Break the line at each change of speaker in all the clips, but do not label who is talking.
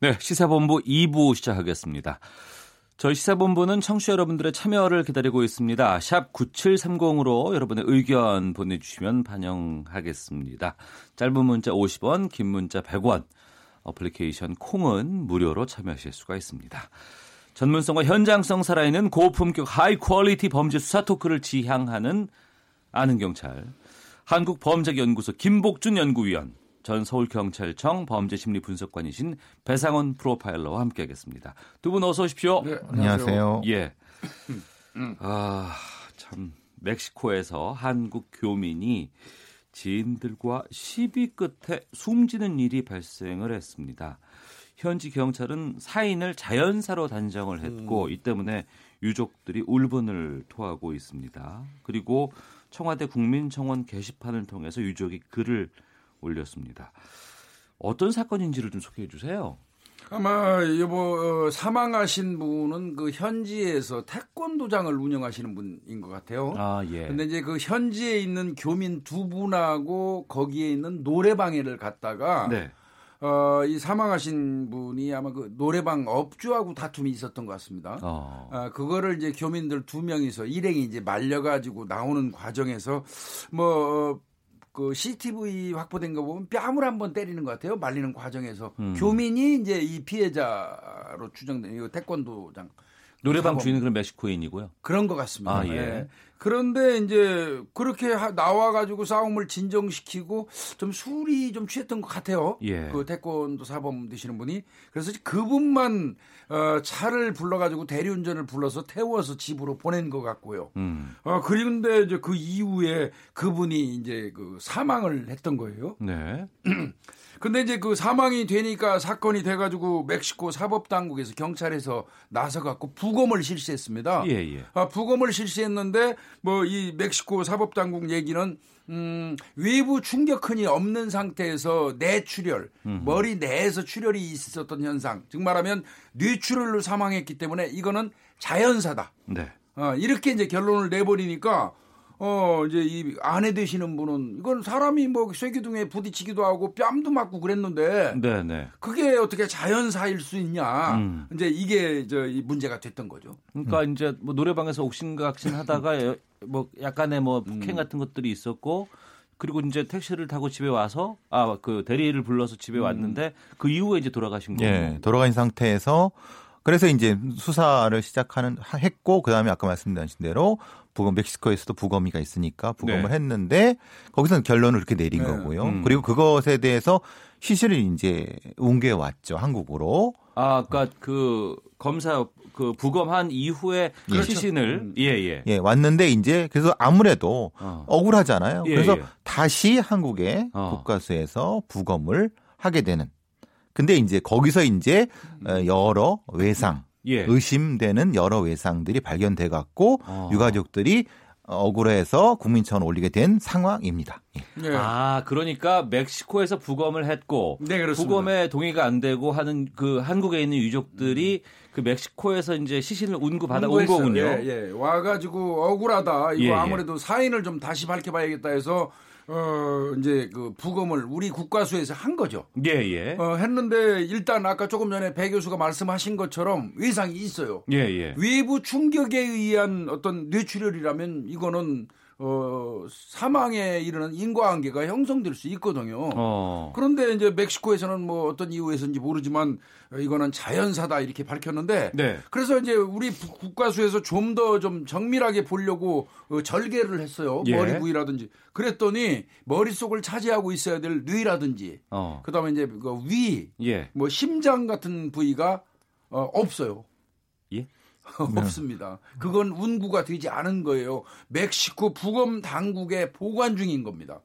네, 시사본부 2부 시작하겠습니다. 저희 시사본부는 청취자 여러분들의 참여를 기다리고 있습니다. 샵 9730으로 여러분의 의견 보내주시면 반영하겠습니다. 짧은 문자 50원, 긴 문자 100원, 어플리케이션 콩은 무료로 참여하실 수가 있습니다. 전문성과 현장성 살아있는 고품격 하이 퀄리티 범죄 수사 토크를 지향하는 아는 경찰, 한국범죄연구소 김복준 연구위원, 전 서울경찰청 범죄심리분석관이신 배상원 프로파일러와 함께하겠습니다. 두 분 어서 오십시오.
안녕하세요.
예.
음.
아, 참 멕시코에서 한국 교민이 지인들과 시비 끝에 숨지는 일이 발생을 했습니다. 현지 경찰은 사인을 자연사로 단정을 했고
음.
이 때문에 유족들이 울분을 토하고 있습니다. 그리고 청와대 국민청원 게시판을 통해서 유족이 글을 올렸습니다. 어떤 사건인지를 좀 소개해 주세요.
아마 여보 어, 사망하신 분은 그 현지에서 태권도장을 운영하시는 분인 것 같아요.
아, 예.
어? 근데 이제 그 현지에 있는 교민 두 분하고 거기에 있는 노래방에를 갔다가
네.
어, 이 사망하신 분이 아마 그 노래방 업주하고 다툼이 있었던 것 같습니다.
어.
아, 그거를 이제 교민들 두 명이서 일행이 이제 말려가지고 나오는 과정에서 뭐, 어, 그 CCTV 확보된 거 보면 뺨을 한번 때리는 것 같아요. 말리는 과정에서.
음.
교민이 이제 이 피해자로 추정된 이 태권도장.
노래방
사범.
주인은 그럼 멕시코인이고요.
그런 것 같습니다.
아, 예.
그런데 이제 그렇게 하- 나와가지고 싸움을 진정시키고 좀 술이 좀 취했던 것 같아요.
예.
그 태권도 사범 되시는 분이. 그래서 그분만 어, 차를 불러가지고 대리운전을 불러서 태워서 집으로 보낸 것 같고요.
음.
아, 그런데 이제 그 이후에 그분이 이제 그 사망을 했던 거예요.
네.
근데 이제 그 사망이 되니까 사건이 돼가지고 멕시코 사법당국에서 경찰에서 나서갖고 부검을 실시했습니다.
예, 예.
아, 부검을 실시했는데 뭐 이 멕시코 사법당국 얘기는 음, 외부 충격 흔이 없는 상태에서 뇌출혈, 머리 내에서 출혈이 있었던 현상, 즉 말하면 뇌출혈로 사망했기 때문에 이거는 자연사다.
네.
아, 이렇게 이제 결론을 내버리니까 어 이제 이 아내 되시는 분은 이건 사람이 뭐 쇠기둥에 부딪히기도 하고 뺨도 맞고 그랬는데
네, 네.
그게 어떻게 자연사일 수 있냐
음.
이제 이게 저 이 문제가 됐던 거죠.
그러니까
음.
이제 뭐 노래방에서 옥신각신 하다가 여- 뭐 약간의 뭐
음.
폭행 같은 것들이 있었고 그리고 이제 택시를 타고 집에 와서 아 그 대리를 불러서
음.
집에 왔는데 그 이후에 이제 돌아가신 거예요.
예, 돌아간 상태에서 그래서 이제 수사를 시작하는 하- 했고 그다음에 아까 말씀드린 대로 부검 멕시코에서도 부검이가 있으니까 부검을
네.
했는데 거기서는 결론을 그렇게 내린 거고요.
음.
그리고 그것에 대해서 시신을 이제 옮겨 왔죠 한국으로.
아, 아까 그 검사 그 부검한 이후에
예.
그렇죠.
음.
시신을 예예.
예, 왔는데 이제 그래서 아무래도
어.
억울하잖아요.
예,
그래서
예.
다시 한국의
어.
국가수에서 부검을 하게 되는. 근데 이제 거기서 이제 어, 여러 외상
음. 예.
의심되는 여러 외상들이 발견돼 갖고
어.
유가족들이 억울해서 국민청원 올리게 된 상황입니다. 예.
예.
아, 그러니까 멕시코에서 부검을 했고
네, 그렇습니다.
부검에 동의가 안 되고 하는 그 한국에 있는 유족들이 그 멕시코에서 이제 시신을 운구 받아 온
공부했어요.
거군요.
음. 예, 예. 와가지고 억울하다. 이거
예, 예.
아무래도 사인을 좀 다시 밝혀봐야겠다 해서 어 이제 그 부검을 우리 국과수에서 한 거죠.
예, 예.
어, 했는데 일단 아까 조금 전에 배 교수가 말씀하신 것처럼 의상이 있어요.
예, 예.
외부 충격에 의한 어떤 뇌출혈이라면 이거는 어, 사망에 이르는 인과관계가 형성될 수 있거든요.
어.
그런데 이제 멕시코에서는 뭐 어떤 이유에서인지 모르지만 이거는 자연사다 이렇게 밝혔는데
네.
그래서 이제 우리 부- 국가수에서 좀 더 좀 정밀하게 보려고 어, 절개를 했어요.
예.
머리 부위라든지. 그랬더니 머릿속을 차지하고 있어야 될 뇌라든지
어.
그다음에 이제 그 위,
예.
뭐 심장 같은 부위가 어, 없어요.
예?
없습니다. 그건 운구가 되지 않은 거예요. 멕시코 부검 당국의 보관 중인 겁니다.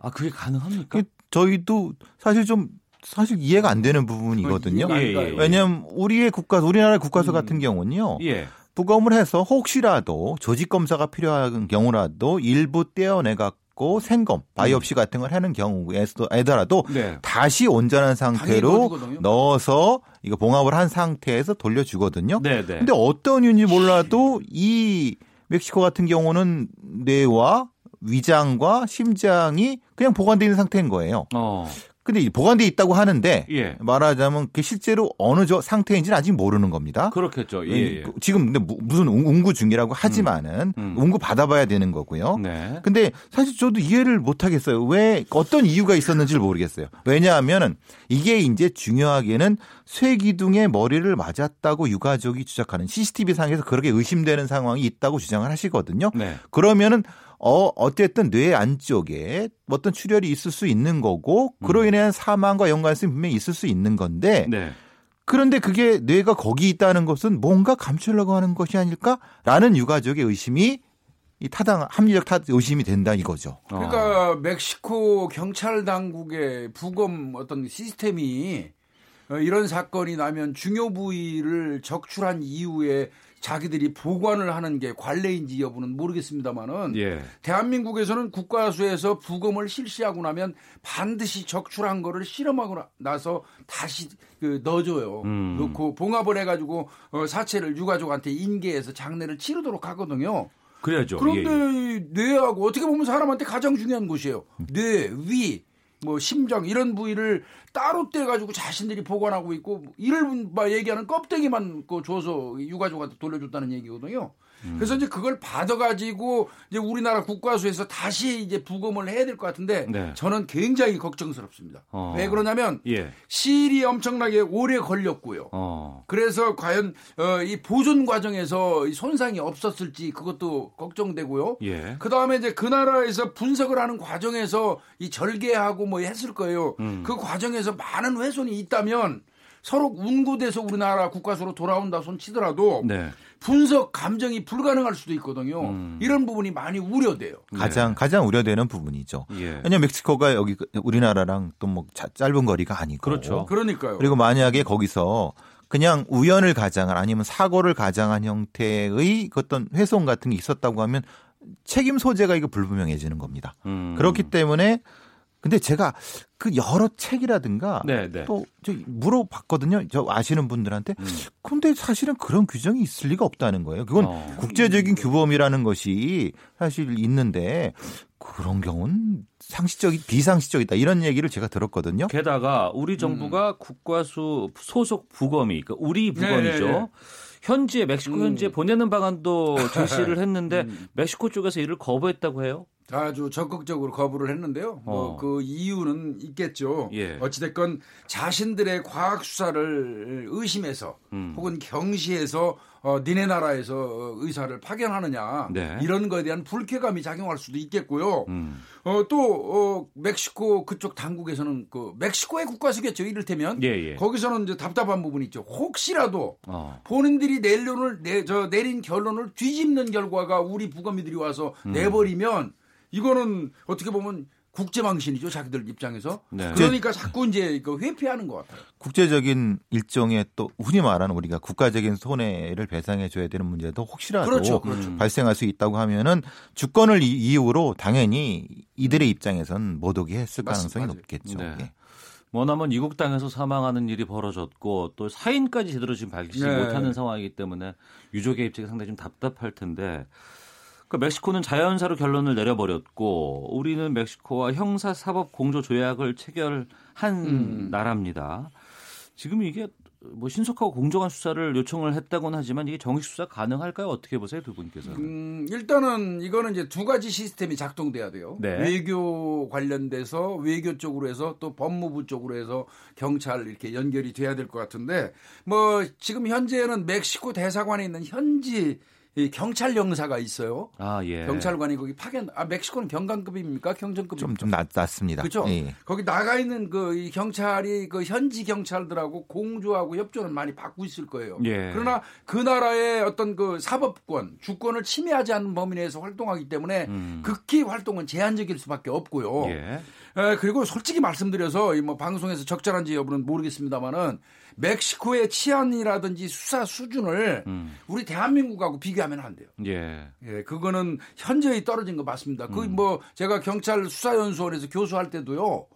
아, 그게 가능합니까?
그 저희도 음. 사실 좀 사실 이해가 안 되는 부분이거든요.
이해가 안
예,
가요.
예, 예.
왜냐하면 우리의 국가, 우리나라의
음.
국가수 같은 경우는요.
예.
부검을 해서 혹시라도 조직 검사가 필요한 경우라도 일부 떼어내 갖고
음.
생검, 바이옵시 같은 걸 하는 경우에서도 애더라도
네.
다시 온전한 상태로
넣어주거든요.
넣어서 이거 봉합을 한 상태에서 돌려주거든요.
네, 네.
근데 어떤 이유인지 몰라도 이 멕시코 같은 경우는 뇌와 위장과 심장이 그냥 보관돼 있는 상태인 거예요.
어.
근데 이 보관돼 있다고 하는데
예.
말하자면 그게 실제로 어느 저 상태인지는 아직 모르는 겁니다.
그렇겠죠. 예. 예.
그- 지금 근데 무- 무슨 운- 운구 중이라고 하지만은
음.
운구 받아봐야 되는 거고요.
네.
근데 사실 저도 이해를 못 하겠어요. 왜 어떤 이유가 있었는지를 모르겠어요. 왜냐하면은 이게 이제 중요하게는 쇠기둥에 머리를 맞았다고 유가족이 주장하는 CCTV 상에서 그렇게 의심되는 상황이 있다고 주장을 하시거든요.
네.
그러면은 어 어쨌든 뇌 안쪽에 어떤 출혈이 있을 수 있는 거고 그로
음.
인한 사망과 연관성이 분명히 있을 수 있는 건데
네.
그런데 그게 뇌가 거기 있다는 것은 뭔가 감추려고 하는 것이 아닐까라는 유가족의 의심이 이 타당 합리적 타 의심이 된다 이거죠.
어.
그러니까 멕시코 경찰 당국의 부검 어떤 시스템이 어, 이런 사건이 나면 중요 부위를 적출한 이후에 자기들이 보관을 하는 게 관례인지 여부는 모르겠습니다만은
예.
대한민국에서는 국가수에서 부검을 실시하고 나면 반드시 적출한 거를 실험하고 나- 나서 다시 그 넣어줘요. 넣고 봉합을 해가지고 어, 사체를 유가족한테 인계해서 장례를 치르도록 하거든요.
그래야죠.
그런데
예, 예.
이 뇌하고 어떻게 보면 사람한테 가장 중요한 곳이에요. 뇌, 위, 뭐 심장 이런 부위를 따로 떼가지고 자신들이 보관하고 있고 이를 막 얘기하는 껍데기만 그 줘서 유가족한테 돌려줬다는 얘기거든요.
음.
그래서 이제 그걸 받아가지고 이제 우리나라 국과수에서 다시 이제 부검을 해야 될 것 같은데
네.
저는 굉장히 걱정스럽습니다.
어.
왜 그러냐면
예.
시일이 엄청나게 오래 걸렸고요.
어.
그래서 과연 어, 이 보존 과정에서 이 손상이 없었을지 그것도 걱정되고요.
예.
그 다음에 이제 그 나라에서 분석을 하는 과정에서 이 절개하고 뭐 했을 거예요. 그 과정에서 많은 훼손이 있다면 서로 운구돼서 우리나라 국가수로 돌아온다 손 치더라도
네.
분석 감정이 불가능할 수도 있거든요. 이런 부분이 많이 우려돼요.
네.
가장 가장 우려되는 부분이죠.
예.
왜냐면 멕시코가 여기 그 우리나라랑 또 뭐 짧은 거리가 아니고
그렇죠.
그러니까요.
그리고 만약에 거기서 그냥 우연을 가장한 아니면 사고를 가장한 형태의 그 어떤 훼손 같은 게 있었다고 하면 책임 소재가 이거 불분명해지는 겁니다.
음.
그렇기 때문에 근데 제가 그 여러 책이라든가
네, 음. 네.
또 저 물어봤거든요. 저 아시는 분들한테. 근데 사실은 그런 규정이 있을 리가 없다는 거예요. 그건
어.
국제적인 규범이라는 것이 사실 있는데 그런 경우는 상식적이 비상식적이다 이런 얘기를 제가 들었거든요.
게다가 우리 정부가 국과수 소속 부검이 그러니까 우리 부검이죠.
네, 네, 네.
현지에 멕시코 현지에 보내는 방안도 제시를 했는데
음.
멕시코 쪽에서 이를 거부했다고 해요.
아주 적극적으로 거부를 했는데요.
어.
뭐 그 이유는 있겠죠.
예.
어찌됐건 자신들의 과학 수사를 의심해서
음.
혹은 경시해서 어, 니네 나라에서 어, 의사를 파견하느냐
네.
이런 거에 대한 불쾌감이 작용할 수도 있겠고요.
음.
어, 또 어, 멕시코 그쪽 당국에서는 그 멕시코의 국가수겠죠. 이를테면
예, 예.
거기서는 이제 답답한 부분이 있죠. 혹시라도
어.
본인들이 내론을 내, 저 내린 결론을 뒤집는 결과가 우리 부검이들이 와서
음.
내버리면 이거는 어떻게 보면 국제망신이죠 자기들 입장에서
네.
그러니까 자꾸 이제 그 회피하는 것 같아요.
국제적인 일종의 또 흔히 말하는 우리가 국가적인 손해를 배상해 줘야 되는 문제도 혹시라도
그렇죠, 그렇죠.
발생할 수 있다고 하면은 주권을 이- 이유로 당연히 이들의 입장에선 못 오게 했을
맞습니다.
가능성이
맞아요.
높겠죠.
네.
예.
뭐냐면 이국 땅에서 사망하는 일이 벌어졌고 또 사인까지 제대로 지금 밝히지
네.
못하는 상황이기 때문에 유족의 입장이 상당히 좀 답답할 텐데 그러니까 멕시코는 자연사로 결론을 내려버렸고 우리는 멕시코와 형사 사법 공조 조약을 체결한
음.
나라입니다. 지금 이게 뭐 신속하고 공정한 수사를 요청을 했다곤 하지만 이게 정식 수사 가능할까요? 어떻게 보세요 두 분께서는?
음, 일단은 이거는 이제 두 가지 시스템이 작동돼야 돼요.
네.
외교 관련돼서 외교 쪽으로 해서 또 법무부 쪽으로 해서 경찰 이렇게 연결이 돼야 될 것 같은데 뭐 지금 현재는 멕시코 대사관에 있는 현지 이 경찰 영사가 있어요.
아 예.
경찰관이 거기 파견 아 멕시코는 경관급입니까 경전급
좀, 좀 낮, 낮습니다.
그죠
예.
거기 나가 있는 그이 경찰이 그 현지 경찰들하고 공조하고 협조는 많이 받고 있을 거예요
예.
그러나 그 나라의 어떤 그 사법권 주권을 침해하지 않는 범위 내에서 활동하기 때문에 극히 활동은 제한적일 수밖에 없고요
예.
에, 그리고 솔직히 말씀드려서 이뭐 방송에서 적절한지 여부는 모르겠습니다만은 멕시코의 치안이라든지 수사 수준을 우리 대한민국하고 비교하면 안 돼요.
예.
예, 그거는 현저히 떨어진 거 맞습니다. 그
음.
뭐 제가 경찰 수사연수원에서 교수할 때도요.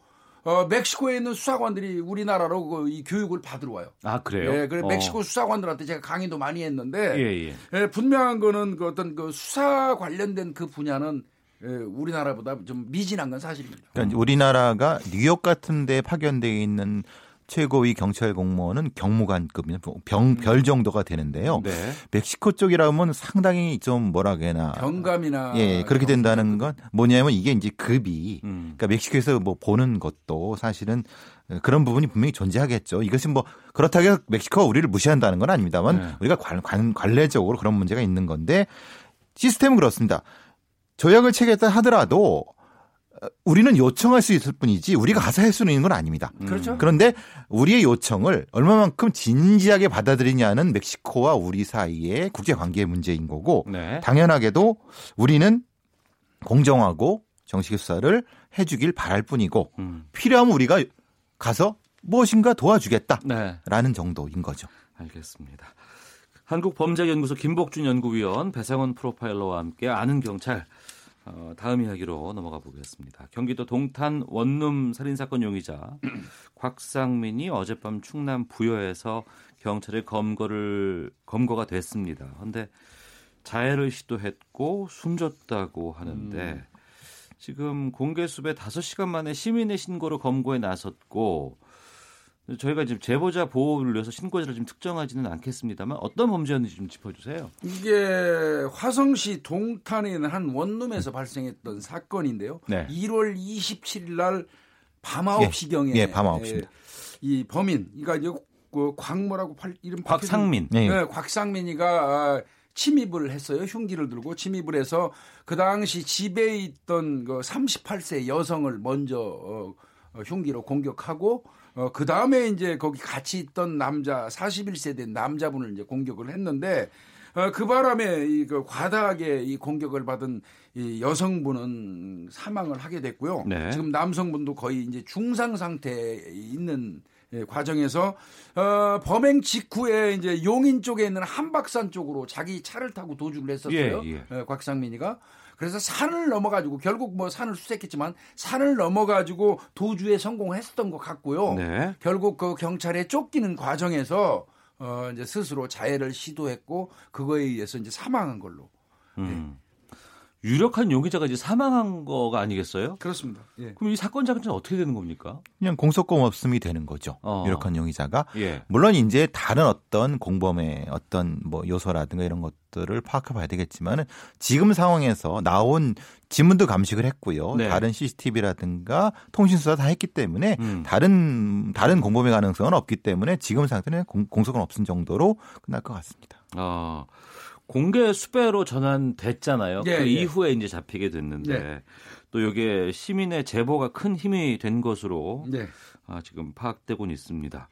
어, 멕시코에 있는 수사관들이 우리나라로 그 이 교육을 받으러 와요.
아 그래요?
예, 그래
어.
멕시코 수사관들한테 제가 강의도 많이 했는데
예, 예.
예, 분명한 거는 그 어떤 그 수사 관련된 그 분야는 예, 우리나라보다 좀 미진한 건 사실입니다.
그러니까 우리나라가 뉴욕 같은 데 파견되어 있는 최고위 경찰 공무원은 경무관급이나 병, 별 정도가 되는데요.
네.
멕시코 쪽이라면 상당히 좀 뭐라 그래나
아.
경감이나
예, 그렇게 된다는 건 뭐냐면 이게 이제 급이
음.
그러니까 멕시코에서 뭐 보는 것도 사실은 그런 부분이 분명히 존재하겠죠. 이것이 뭐 그렇다고 해서 멕시코가 우리를 무시한다는 건 아닙니다만
네.
우리가 관, 관, 관례적으로 그런 문제가 있는 건데 시스템은 그렇습니다. 조약을 체결했다 하더라도 우리는 요청할 수 있을 뿐이지 우리가 가서 할 수는 있는 건 아닙니다.
그렇죠.
그런데 우리의 요청을 얼마만큼 진지하게 받아들이냐는 멕시코와 우리 사이의 국제 관계의 문제인 거고
네.
당연하게도 우리는 공정하고 정식 수사를 해주길 바랄 뿐이고
음.
필요하면 우리가 가서 무엇인가 도와주겠다라는
네.
정도인 거죠.
알겠습니다. 한국범죄연구소 김복준 연구위원 배상원 프로파일러와 함께 아는 경찰 어, 다음 이야기로 넘어가 보겠습니다. 경기도 동탄 원룸 살인 사건 용의자 곽상민이 어젯밤 충남 부여에서 경찰의 검거를 검거가 됐습니다. 그런데 자해를 시도했고 숨졌다고 하는데 지금 공개 수배 5시간 만에 시민의 신고로 검거에 나섰고 저희가 지금 제보자 보호를 위해서 신고자를 지금 특정하지는 않겠습니다만 어떤 범죄였는지 좀 짚어주세요.
이게 화성시 동탄에 있는 한 원룸에서 발생했던 사건인데요.
네.
1월 27일 날 밤 9시경에
예, 밤 9시 입니다.
이 범인 그러니까 이제 그 광모라고 팔, 이름
곽상민.
네.
네. 곽상민이가 아, 침입을 했어요. 흉기를 들고 침입을 해서 그 당시 집에 있던 그 38세 여성을 먼저 어, 어, 흉기로 공격하고 어, 그 다음에 이제 거기 같이 있던 남자 41세 된 남자분을 이제 공격을 했는데 어, 그 바람에 이그 과다하게 이 공격을 받은 이 여성분은 사망을 하게 됐고요.
네.
지금 남성분도 거의 이제 중상 상태에 있는 예, 과정에서 어, 범행 직후에 이제 용인 쪽에 있는 한박산 쪽으로 자기 차를 타고 도주를 했었어요.
예,
예, 곽상민이가. 그래서 산을 넘어가지고 결국 뭐 산을 수색했지만 산을 넘어가지고 도주에 성공했었던 것 같고요.
네.
결국 그 경찰에 쫓기는 과정에서 어, 이제 스스로 자해를 시도했고 그거에 의해서 이제 사망한 걸로
음. 유력한 용의자가 이제 사망한 거가 아니겠어요?
그렇습니다. 예.
그럼 이 사건 자체는 어떻게 되는 겁니까?
그냥 공소권 없음이 되는 거죠.
어.
유력한 용의자가
예.
물론 이제 다른 어떤 공범의 어떤 뭐 요소라든가 이런 것들을 파악해봐야 되겠지만은 지금 상황에서 나온 지문도 감식을 했고요.
네.
다른 CCTV라든가 통신 수사 다 했기 때문에
음.
다른 다른 공범의 가능성은 없기 때문에 지금 상태는 공, 공소권 없은 정도로 끝날 것 같습니다.
어, 공개 수배로 전환됐잖아요.
예,
그
예.
이후에 이제 잡히게 됐는데 또 이게 시민의 제보가 큰 힘이 된 것으로
네.
아, 지금 파악되고는 있습니다.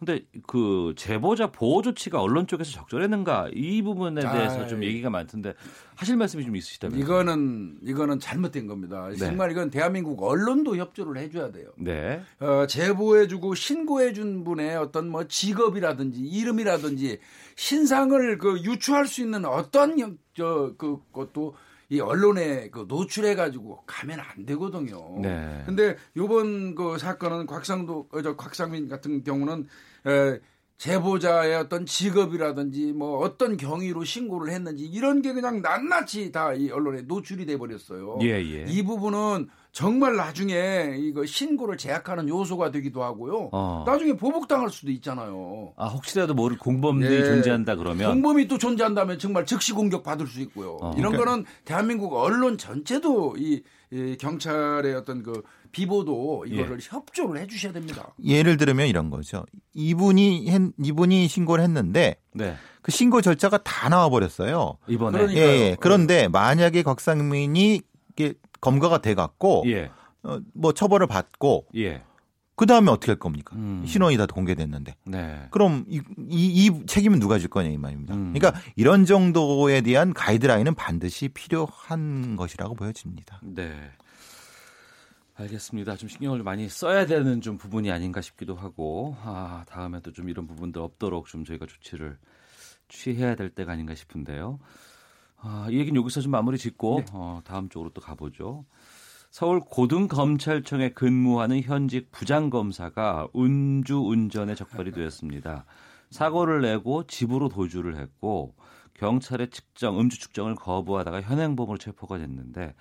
근데 그 제보자 보호 조치가 언론 쪽에서 적절했는가 이 부분에 대해서 좀
아이. 예.
얘기가 많던데 하실 말씀이 좀 있으시다면
이거는 이거는 잘못된 겁니다. 정말 이건 대한민국 언론도 협조를 해줘야 돼요.
네.
어, 제보해주고 신고해준 분의 어떤 뭐 직업이라든지 이름이라든지 신상을 그 유추할 수 있는 어떤 형, 저, 그, 것도 이 언론에 그 노출해가지고 가면 안 되거든요.
네.
어, 근데 요번 그 사건은 곽상도, 어, 저 곽상민 같은 경우는 에, 제보자의 어떤 직업이라든지 뭐 어떤 경위로 신고를 했는지 이런 게 그냥 낱낱이 다 이 언론에 노출이 돼 버렸어요.
예, 예.
이 부분은 정말 나중에 이거 신고를 제약하는 요소가 되기도 하고요.
어.
나중에 보복당할 수도 있잖아요.
아 혹시라도 모를 공범들이
예.
존재한다 그러면
공범이 또 존재한다면 정말 즉시 공격 받을 수 있고요.
어.
이런
그러니까-
거는 대한민국 언론 전체도 이, 이 경찰의 어떤 그 비보도 이거를 협조를 해주셔야 됩니다.
예를 들으면 이런 거죠. 이분이 했- 이분이 신고를 했는데
네
그 신고 절차가 다 나와 버렸어요.
이번에
그러니-
예, 예. 그런데 만약에 곽상민이 이게 검거가 돼 갖고
예
어, 뭐 처벌을 받고
예.
그 다음에 어떻게 할 겁니까?
음.
신원이 다 공개됐는데.
네.
그럼 이, 이, 이 책임은 누가 질 거냐 이 말입니다.
음.
그러니까 이런 정도에 대한 가이드라인은 반드시 필요한 것이라고 보여집니다.
네. 알겠습니다. 좀 신경을 많이 써야 되는 좀 부분이 아닌가 싶기도 하고 아 다음에도 좀 이런 부분들 없도록 좀 저희가 조치를 취해야 될 때가 아닌가 싶은데요. 아이 얘기는 여기서 좀 마무리 짓고 어, 다음 쪽으로 또 가보죠. 서울 고등검찰청에 근무하는 현직 부장검사가 음주 운전에 적발이 되었습니다. 사고를 내고 집으로 도주를 했고 경찰의 측정 음주 측정을 거부하다가 현행범으로 체포가 됐는데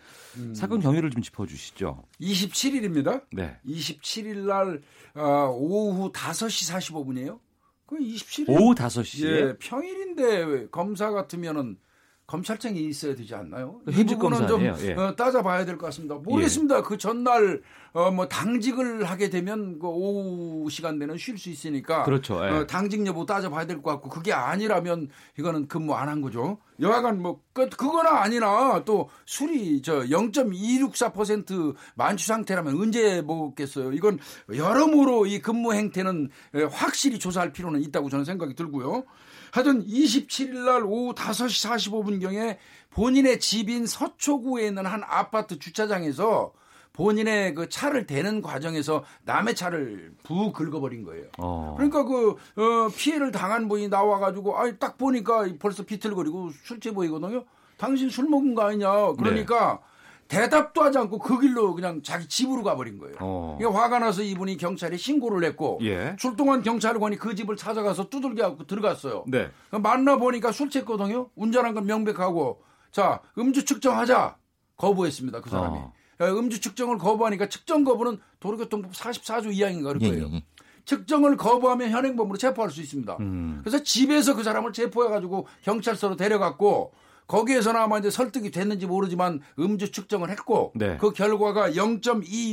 사건 경위를 좀 짚어주시죠.
27일입니다.
네.
27일 날 아, 오후 5시 45분이에요. 그 27일
오후 5시에
예, 평일인데 왜 검사 같으면은 검찰청이 있어야 되지 않나요? 이
현직
부분은
검사
좀
아니에요? 예.
어, 따져봐야 될 것 같습니다. 모르겠습니다. 그 전날 어, 뭐 당직을 하게 되면 그 오후 시간대는 쉴 수 있으니까
그렇죠, 예.
어, 당직 여부 따져봐야 될 것 같고 그게 아니라면 이거는 근무 안 한 거죠. 여하간 뭐 그, 그거나 아니나 또 술이 저 0.264% 만취 상태라면 언제 먹겠어요. 이건 여러모로 이 근무 행태는 에, 확실히 조사할 필요는 있다고 저는 생각이 들고요. 하여튼 27일 날 오후 5시 45분경에 본인의 집인 서초구에 있는 한 아파트 주차장에서 본인의 그 차를 대는 과정에서 남의 차를 부 긁어버린 거예요.
어.
그러니까 그 어, 피해를 당한 분이 나와가지고 아딱 보니까 벌써 비틀거리고 술취 보이거든요. 당신 술 먹은 거 아니냐? 그러니까 대답도 하지 않고 그 길로 그냥 자기 집으로 가버린 거예요.
네. 어.
이게 화가 나서 이분이 경찰에 신고를 했고
예.
출동한 경찰관이 그 집을 찾아가서 두들겨 들어갔어요. 그러니까
네.
만나 보니까 술 취했거든요. 운전한 건 명백하고 자 음주 측정하자 거부했습니다. 그 사람이
어.
야, 음주 측정을 거부하니까 측정 거부는 도로교통법 44조 2항인가 그럴
예,
거예요.
예, 예.
측정을 거부하면 현행범으로 체포할 수 있습니다.
음.
그래서 집에서 그 사람을 체포해가지고 경찰서로 데려갔고 거기에서는 아마 이제 설득이 됐는지 모르지만 음주 측정을 했고
네.
그 결과가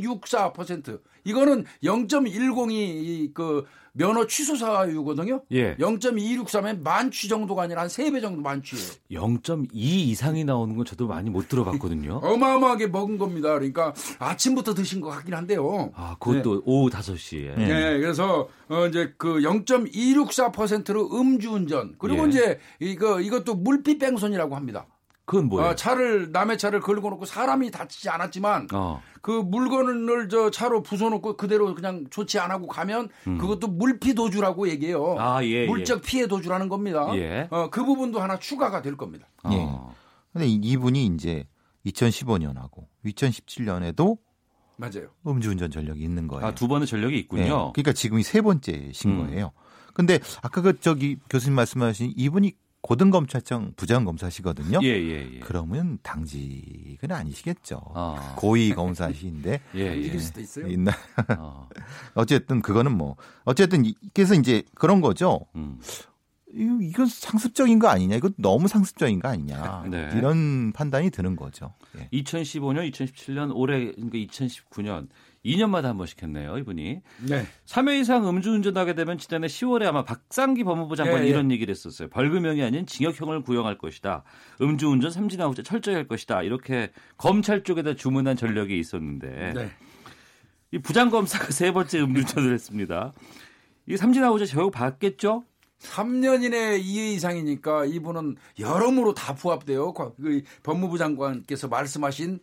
0.264% 이거는 0.102 그 면허 취소 사유거든요.
예.
0.263면 만취 정도가 아니라 한 3배 정도 만취예요.
0.2 이상이 나오는 건 저도 많이 못 들어봤거든요.
어마어마하게 먹은 겁니다. 그러니까 아침부터 드신 것 같긴 한데요.
아, 그것도 오후 5시에.
네.
예, 그래서 어 이제 그 0.264%로 음주운전 그리고
예.
이제 이거 이것도 물빛 뺑소니라고 합니다.
그건 뭐예요?
어, 차를 남의 차를 걸고 놓고 사람이 다치지 않았지만
어.
그 물건을 저 차로 부숴놓고 그대로 그냥 조치 안 하고 가면 그것도 물피 도주라고 얘기해요.
음. 아, 예, 예.
물적 피해 도주라는 겁니다.
예.
어, 그 부분도 하나 추가가 될 겁니다.
예.
어.
근데 이- 이분이 이제 2015년하고 2017년에도
맞아요.
음주운전 전력이 있는 거예요.
아, 두 번의 전력이
네.
있군요.
그러니까 지금이 세 번째신
음.
거예요. 근데 아까 그 저기 교수님 말씀하신 이분이 고등검찰청 부장검사시거든요.
예, 예, 예.
그러면 당직은 아니시겠죠.
아.
고위 검사시인데
예, 예.
움직일 수도 있어요.
있나?
어.
어쨌든 그거는 뭐 어쨌든 이- 그래서 이제 그런 거죠.
음.
이- 이건 상습적인 거 아니냐? 이건 너무 상습적인 거 아니냐?
네.
이런 판단이 드는 거죠. 예.
2015년, 2017년, 올해 그러니까 2019년 2년마다 한 번씩 했네요, 이분이.
네.
3회 이상 음주운전하게 되면 지난해 10월에 아마 박상기 법무부 장관이
예, 예.
이런 얘기를 했었어요. 벌금형이 아닌 징역형을 구형할 것이다. 음주운전 삼진아웃제 철저히 할 것이다. 이렇게 검찰 쪽에다 주문한 전력이 있었는데
네.
이 부장검사가 세 번째 음주운전을 했습니다. 이 삼진아웃제 제역 받겠죠?
3년 이내 2회 이상이니까 이분은 여러모로 다 부합돼요. 과- 그 법무부 장관께서 말씀하신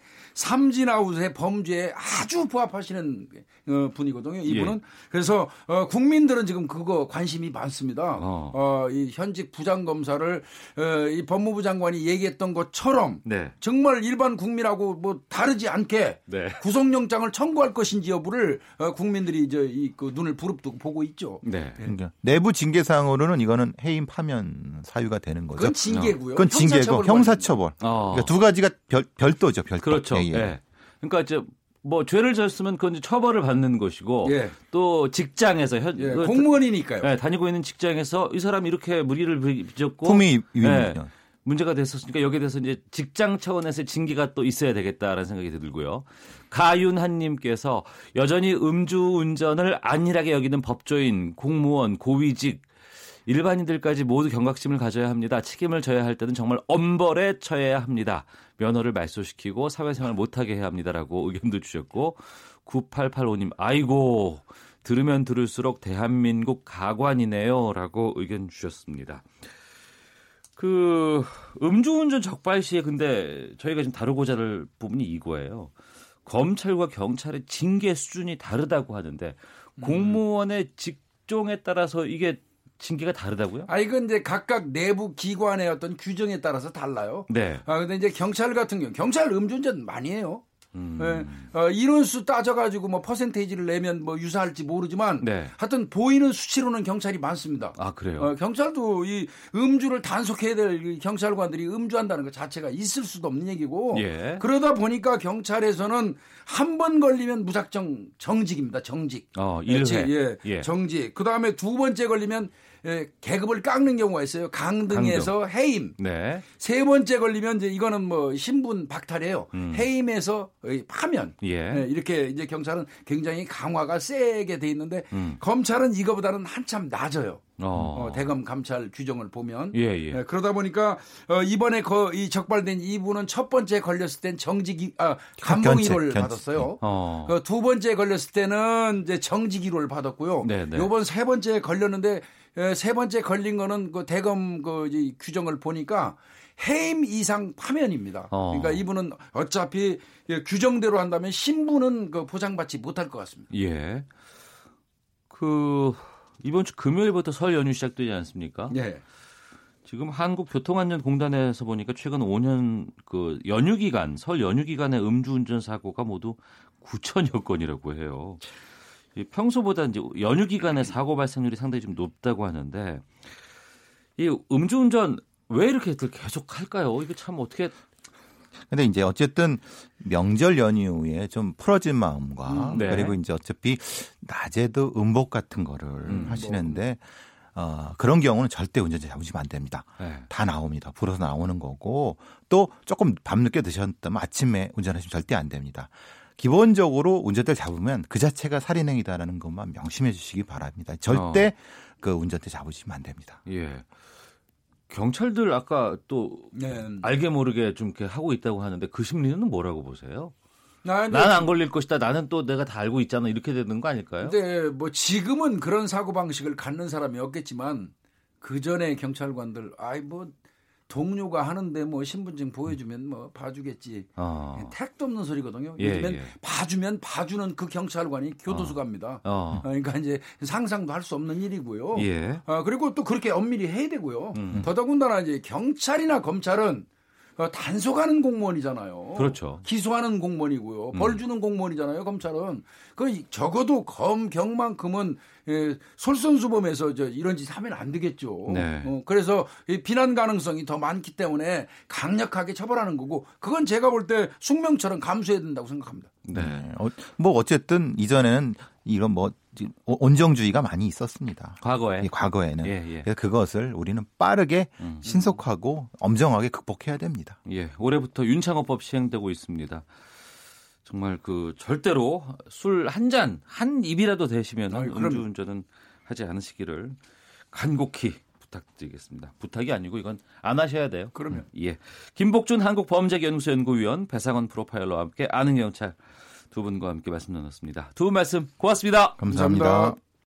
삼진아웃의 범죄에 아주 부합하시는 어, 분이거든요.
예.
이분은 그래서 어, 국민들은 지금 그거 관심이 많습니다.
어.
어. 이 현직 부장검사를 어, 이 법무부 장관이 얘기했던 것처럼
네.
정말 일반 국민하고 뭐 다르지 않게
네.
구속영장을 청구할 것인지 여부를 어, 국민들이 이제 이그 눈을 부릅뜨고 보고 있죠.
네.
그러니까 내부 징계 사항으로는 이거는 해임 파면 사유가 되는 거죠.
그건 징계고요.
그건 징계고
형사처벌
형사처벌.
어.
그러니까 두 가지가 별, 별도죠. 별도.
그렇죠.
예,
예.
예.
그러니까 이제 뭐 죄를 졌으면 그건 이제 처벌을 받는 것이고
예.
또 직장에서 현
예,
그-
공무원이니까요.
예, 다니고 있는 직장에서 이 사람이 이렇게 무리를 빚었고
품위 위반.
예, 문제가 됐었으니까 여기에 대해서 이제 직장 차원에서 징계가 또 있어야 되겠다라는 생각이 들고요. 가윤한님께서 여전히 음주운전을 안일하게 여기는 법조인, 공무원, 고위직 일반인들까지 모두 경각심을 가져야 합니다. 책임을 져야 할 때는 정말 엄벌에 처해야 합니다. 면허를 말소시키고 사회생활 못하게 해야 합니다라고 의견도 주셨고 9885님 아이고 들으면 들을수록 대한민국 가관이네요라고 의견 주셨습니다. 그 음주운전 적발 시에 근데 저희가 지금 다루고자 할 부분이 이거예요. 검찰과 경찰의 징계 수준이 다르다고 하는데 공무원의 직종에 따라서 이게 징계가 다르다고요?
아 이건 이제 각각 내부 기관의 어떤 규정에 따라서 달라요.
네.
아 근데 이제 경찰 같은 경우 경찰 음주운전 많이 해요. 예, 어, 인원수 따져가지고 뭐 퍼센테이지를 내면 뭐 유사할지 모르지만
네.
하여튼 보이는 수치로는 경찰이 많습니다.
아 그래요.
어, 경찰도 이 음주를 단속해야 될이 경찰관들이 음주한다는 것 자체가 있을 수도 없는 얘기고
예.
그러다 보니까 경찰에서는 한 번 걸리면 무작정 정직입니다. 정직.
어, 일회.
예, 예,
예.
정직. 그 다음에 두 번째 걸리면 예, 계급을 깎는 경우가 있어요. 강등에서 해임.
네.
세 번째 걸리면 이제 이거는 뭐 신분 박탈이에요. 해임에서 거의 파면.
예.
예, 이렇게 이제 경찰은 굉장히 강화가 세게 돼 있는데 검찰은 이거보다는 한참 낮아요.
어.
어, 대검 네. 감찰 규정을 보면
예, 예.
그러다 보니까 어, 이번에 거, 이 적발된 이분은 첫 번째 걸렸을 땐 정직 이- 아,
견책,
감봉이를
견책.
받았어요.
어.
그 두 번째 걸렸을 때는 이제 정지기로를 받았고요.
네, 네.
요번 세 번째 걸렸는데 에, 세 번째 걸린 거는 그 대검 그 이 규정을 보니까 해임 이상 파면입니다.
어.
그러니까 이분은 어차피 예, 규정대로 한다면 신분은 그 보장받지 못할 것 같습니다.
예. 그 이번 주 금요일부터 설 연휴 시작되지 않습니까?
예.
지금 한국교통안전공단에서 보니까 최근 5년 그 연휴 기간 설 연휴 기간에 음주운전 사고가 모두 9천여 건이라고 해요. 이 평소보다 이제 연휴 기간에 사고 발생률이 상당히 좀 높다고 하는데 이 음주운전 왜 이렇게들 계속 할까요? 이거 참 어떻게
근데 이제 어쨌든 명절 연휴에 좀 풀어진 마음과
음, 네.
그리고 이제 어차피 낮에도 음복 같은 거를 하시는데 어, 그런 경우는 절대 운전자 잡으시면 안 됩니다.
네.
다 나옵니다. 불어서 나오는 거고 또 조금 밤늦게 드셨다면 아침에 운전하시면 절대 안 됩니다. 기본적으로 운전대 잡으면 그 자체가 살인행위다라는 것만 명심해 주시기 바랍니다. 절대 그 운전대 잡으시면 안 됩니다.
예. 경찰들 아까 또
네.
알게 모르게 좀 이렇게 하고 있다고 하는데 그 심리는 뭐라고 보세요?
나 이제
난 안 걸릴 것이다. 나는 또 내가 다 알고 있잖아. 이렇게 되는 거 아닐까요?
근데 뭐 지금은 그런 사고 방식을 갖는 사람이 없겠지만 그 전에 경찰관들 아이 뭐 동료가 하는데 뭐 신분증 보여주면 뭐 봐주겠지.
어.
택도 없는 소리거든요.
예,
요즘엔
예.
봐주면 봐주는 그 경찰관이 교도소 갑니다.
어.
그러니까 이제 상상도 할 수 없는 일이고요.
예.
아, 그리고 또 그렇게 엄밀히 해야 되고요.
음.
더더군다나 이제 경찰이나 검찰은 어, 단속하는 공무원이잖아요.
그렇죠. 음.
기소하는 공무원이고요. 벌 주는 공무원이잖아요. 검찰은 그 이- 적어도 검경만큼은 예, 솔선수범해서 저 이런 짓 하면 안 되겠죠.
네.
어, 그래서 이 비난 가능성이 더 많기 때문에 강력하게 처벌하는 거고 그건 제가 볼 때 숙명처럼 감수해야 된다고 생각합니다.
네. 어, 뭐 어쨌든 이전에는 이런 뭐 온정주의가 많이 있었습니다.
과거에.
이 과거에는
예, 음. 예.
그래서 그것을 우리는 빠르게 신속하고 엄정하게 극복해야 됩니다.
예. 올해부터 윤창호법 시행되고 있습니다. 정말 그 절대로 술 한 잔, 한 입이라도 되시면
아이, 그럼-
음주운전은 하지 않으시기를 간곡히 부탁드리겠습니다. 부탁이 아니고 이건 안 하셔야 돼요.
그러면
예. 김복준 한국범죄연구소 연구위원 배상원 프로파일러와 함께 아는 경찰 두 분과 함께 말씀 나눴습니다. 두 분 말씀 고맙습니다.
감사합니다.
감사합니다.